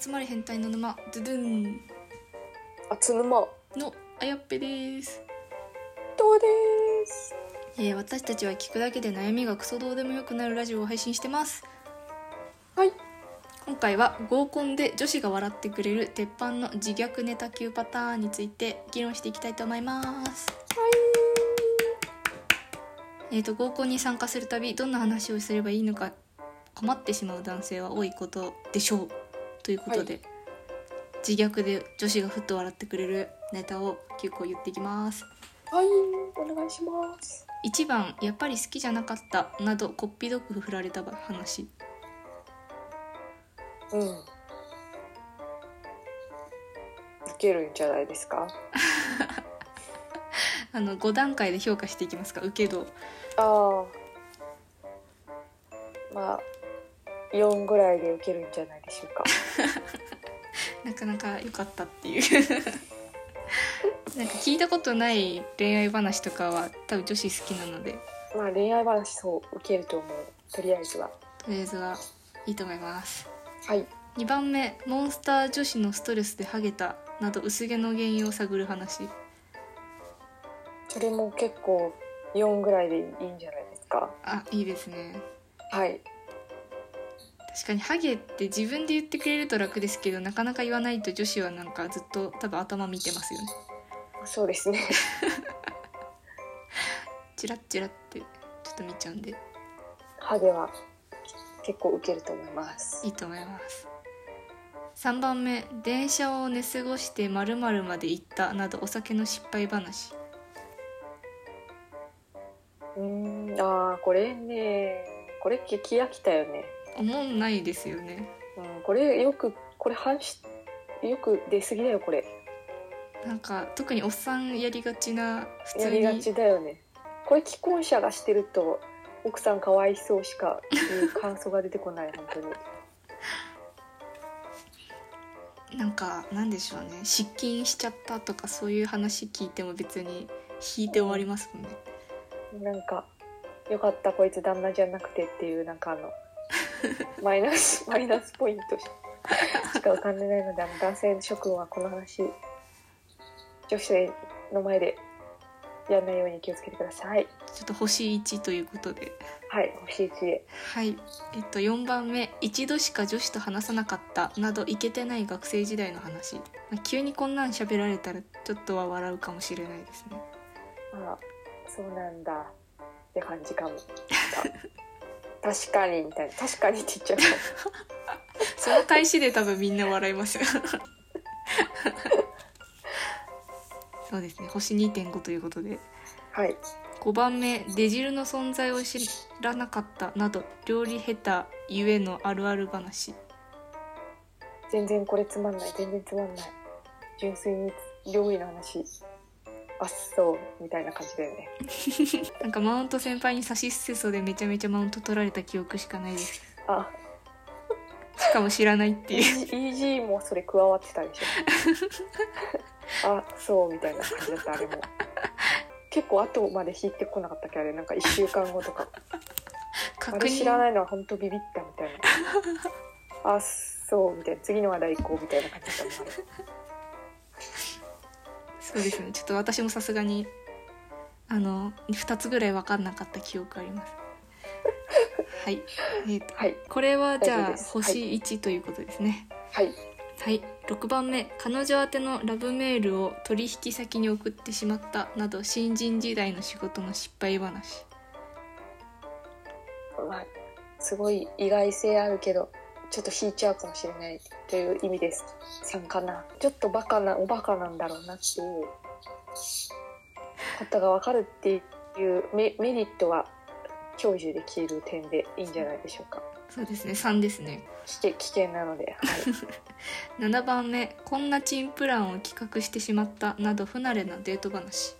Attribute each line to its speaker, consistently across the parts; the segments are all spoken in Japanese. Speaker 1: 集まれ変態の沼ドゥドゥン
Speaker 2: あつぬま
Speaker 1: のあやっぺです、
Speaker 2: どうです
Speaker 1: えー私たちは聞くだけで悩みがクソどうでもよくなるラジオを配信してます
Speaker 2: はい
Speaker 1: 今回は合コンで女子が笑ってくれる鉄板の自虐ネタ級パターンについて議論していきたいと思いますえー、と合コンに参加するたびどんな話をすればいいのか困ってしまう男性は多いことでしょうということで、自虐で女子がふっと笑ってくれるネタを結構言っていきます
Speaker 2: はいはいお願いします
Speaker 1: 1番「やっぱり好きじゃなかった」などこっぴどく振られた話
Speaker 2: うん受けるんじゃないですか
Speaker 1: あの5段階で評価していきますか受け度
Speaker 2: ああまあ4ぐらいで受けるんじゃないでしょうか
Speaker 1: なかなか良かったっていうなんか聞いたことない恋愛話とかは多分女子好きなので
Speaker 2: まあ恋愛話そう受けると思うとりあえずは
Speaker 1: とりあえずはいいと思います
Speaker 2: はい
Speaker 1: 2番目モンスター女子のストレスでハゲたなど薄毛の原因を探る話
Speaker 2: それも結構4ぐらいでいいんじゃないですか
Speaker 1: あいいですね
Speaker 2: はい
Speaker 1: 確かにハゲって自分で言ってくれると楽ですけどなかなか言わないと女子はなんかずっと多分頭見てますよね
Speaker 2: そうですね
Speaker 1: チラッチラってちょっと見ちゃうんで
Speaker 2: ハゲは結構受けると思います
Speaker 1: いいと思います3番目電車を寝過ごして〇〇まで行ったなどお酒の失敗話
Speaker 2: うーんあーこれねこれ聞き飽きたよね
Speaker 1: 思んないですよね
Speaker 2: うんこれよくこれ反しよく出過ぎだよこれ
Speaker 1: なんか特におっさんやりがちな普
Speaker 2: や
Speaker 1: 通
Speaker 2: りが
Speaker 1: に
Speaker 2: ちだよねこれ既婚者がしてると奥さんかわいそうしかいう感想が出てこない本当に
Speaker 1: なんかなんでしょうね失禁しちゃったとかそういう話聞いても別に引いて終わりますもんね
Speaker 2: なんか「よかったこいつ旦那じゃなくて」っていうなんかあのマイナスマイナスポイントしか浮かんでないのであの男性諸君はこの話女性の前でやんないように気をつけてください
Speaker 1: ちょっと星1ということで
Speaker 2: はい星1で
Speaker 1: はいえっと4番目一度しか女子と話さなかったなどイケてない学生時代の話、まあ急にこんなん喋られたらちょっとは笑うかもしれないですね
Speaker 2: あそうなんだって感じかも確かにみたいな確かにって言っちゃうかも
Speaker 1: その返しで多分みんな笑いますよ そうですね星2.5ということで
Speaker 2: はい
Speaker 1: 5番目出汁の存在を知らなかったなど料理下手ゆえのあるある話
Speaker 2: 全然これつまんない全然つまんない純粋に料理の話あっそうみたいな感じだよね
Speaker 1: なんかマウント先輩に差しすせそでめちゃめちゃマウント取られた記憶しかないです
Speaker 2: あ
Speaker 1: しかも知らないって
Speaker 2: イ
Speaker 1: いう
Speaker 2: ージイージーもそれ加わってたでしょあそうみたいな感じだったあれも結構後まで引いてこなかったっけあれなんか1週間後とかあ
Speaker 1: 確
Speaker 2: れ知ら
Speaker 1: 認
Speaker 2: ないのは本当ビビったみたいなあそうみたいな次の話題行こうみたいな感じだったもんね
Speaker 1: そうですねちょっと私もさすがにあの2つぐらい分かんなかった記憶あり ますはい、えーと
Speaker 2: はい
Speaker 1: これはじ
Speaker 2: 大丈
Speaker 1: ゃあ
Speaker 2: 夫です
Speaker 1: 星1ということですね、
Speaker 2: はい
Speaker 1: はい6番目彼女宛てのラブメールを取引先に送ってしまったなど新人時代の仕事の失敗話
Speaker 2: まあすごい意外性あるけどちょっと引いちゃうかもしれないという意味です3かなちょっとバカなおバカなんだろうなっていうことが分かるっていうメメリットは享受できる点でいいんじゃないでしょうか
Speaker 1: そうですね3ですね
Speaker 2: 危険危険なので、はい、
Speaker 1: 7番目こんなチンプランを企画してしまったなど不慣れなデート話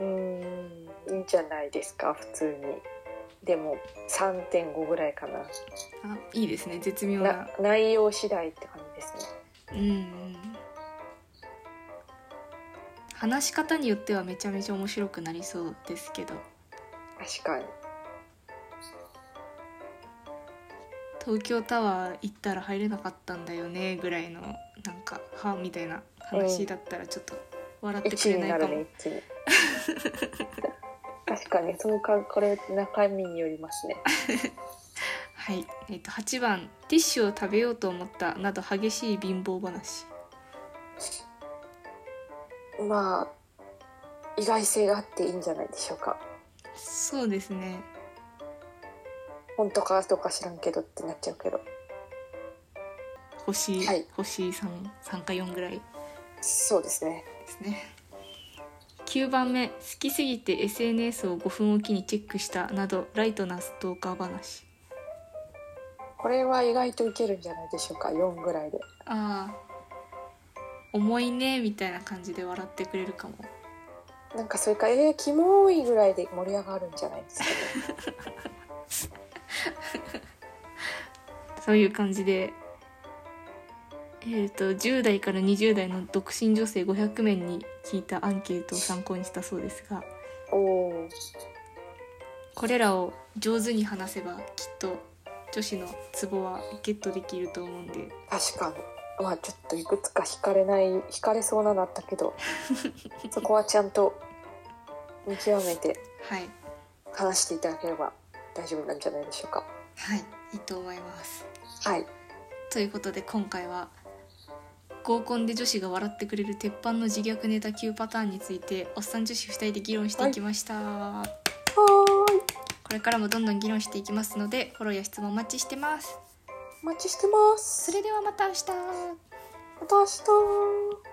Speaker 2: うーんいいんじゃないですか普通にでも3.5ぐらいかな
Speaker 1: あいいですね絶妙な
Speaker 2: な内容次第って感じですね
Speaker 1: うんうん話し方によってはめちゃめちゃ面白くなりそうですけど
Speaker 2: 確かに
Speaker 1: 東京タワー行ったら入れなかったんだよねぐらいのなんか「はみたいな話だったらちょっと笑ってく
Speaker 2: 一
Speaker 1: れ
Speaker 2: に
Speaker 1: ない
Speaker 2: な
Speaker 1: か
Speaker 2: る
Speaker 1: も、
Speaker 2: ね一 に確かにそうかこれ中身によりますね
Speaker 1: はい、えっと8番「ティッシュを食べようと思った」など激しい貧乏話
Speaker 2: まあ意外性があっていいんじゃないでしょうか
Speaker 1: そうですね
Speaker 2: 本当かどうか知らんけどってなっちゃうけど
Speaker 1: 星、
Speaker 2: はい
Speaker 1: 星 3, 3か4ぐらい
Speaker 2: そうですね
Speaker 1: ですね9番目「好きすぎて SNS を5分おきにチェックした」などライトなストーカー話
Speaker 2: これは意外といけるんじゃないでしょうか4ぐらいで
Speaker 1: ああ重いねみたいな感じで笑ってくれるかも
Speaker 2: なんかそれかえー、キモいぐらいで盛り上がるんじゃない ですかね
Speaker 1: そういう感じでえっ、と10代から20代の独身女性500名に聞いたアンケートを参考にしたそうですが
Speaker 2: おおー
Speaker 1: これらを上手に話せばきっと女子のツボはゲットできると思うんで
Speaker 2: 確かにまあちょっといくつか惹かれない惹かれそうなのあったけ どそこはちゃんと見極めて
Speaker 1: はい
Speaker 2: 話していただければ大丈夫なんじゃないでしょうか
Speaker 1: はいいいと思います
Speaker 2: はい
Speaker 1: ということで今回は合コンで女子が笑ってくれる鉄板の自虐ネタ9パターンについておっさん女子2人で議論していきました、
Speaker 2: はーい
Speaker 1: これからもどんどん議論していきますのでフォローや質問お待ちしてます
Speaker 2: お待ちしてます
Speaker 1: それではまた明日
Speaker 2: また明日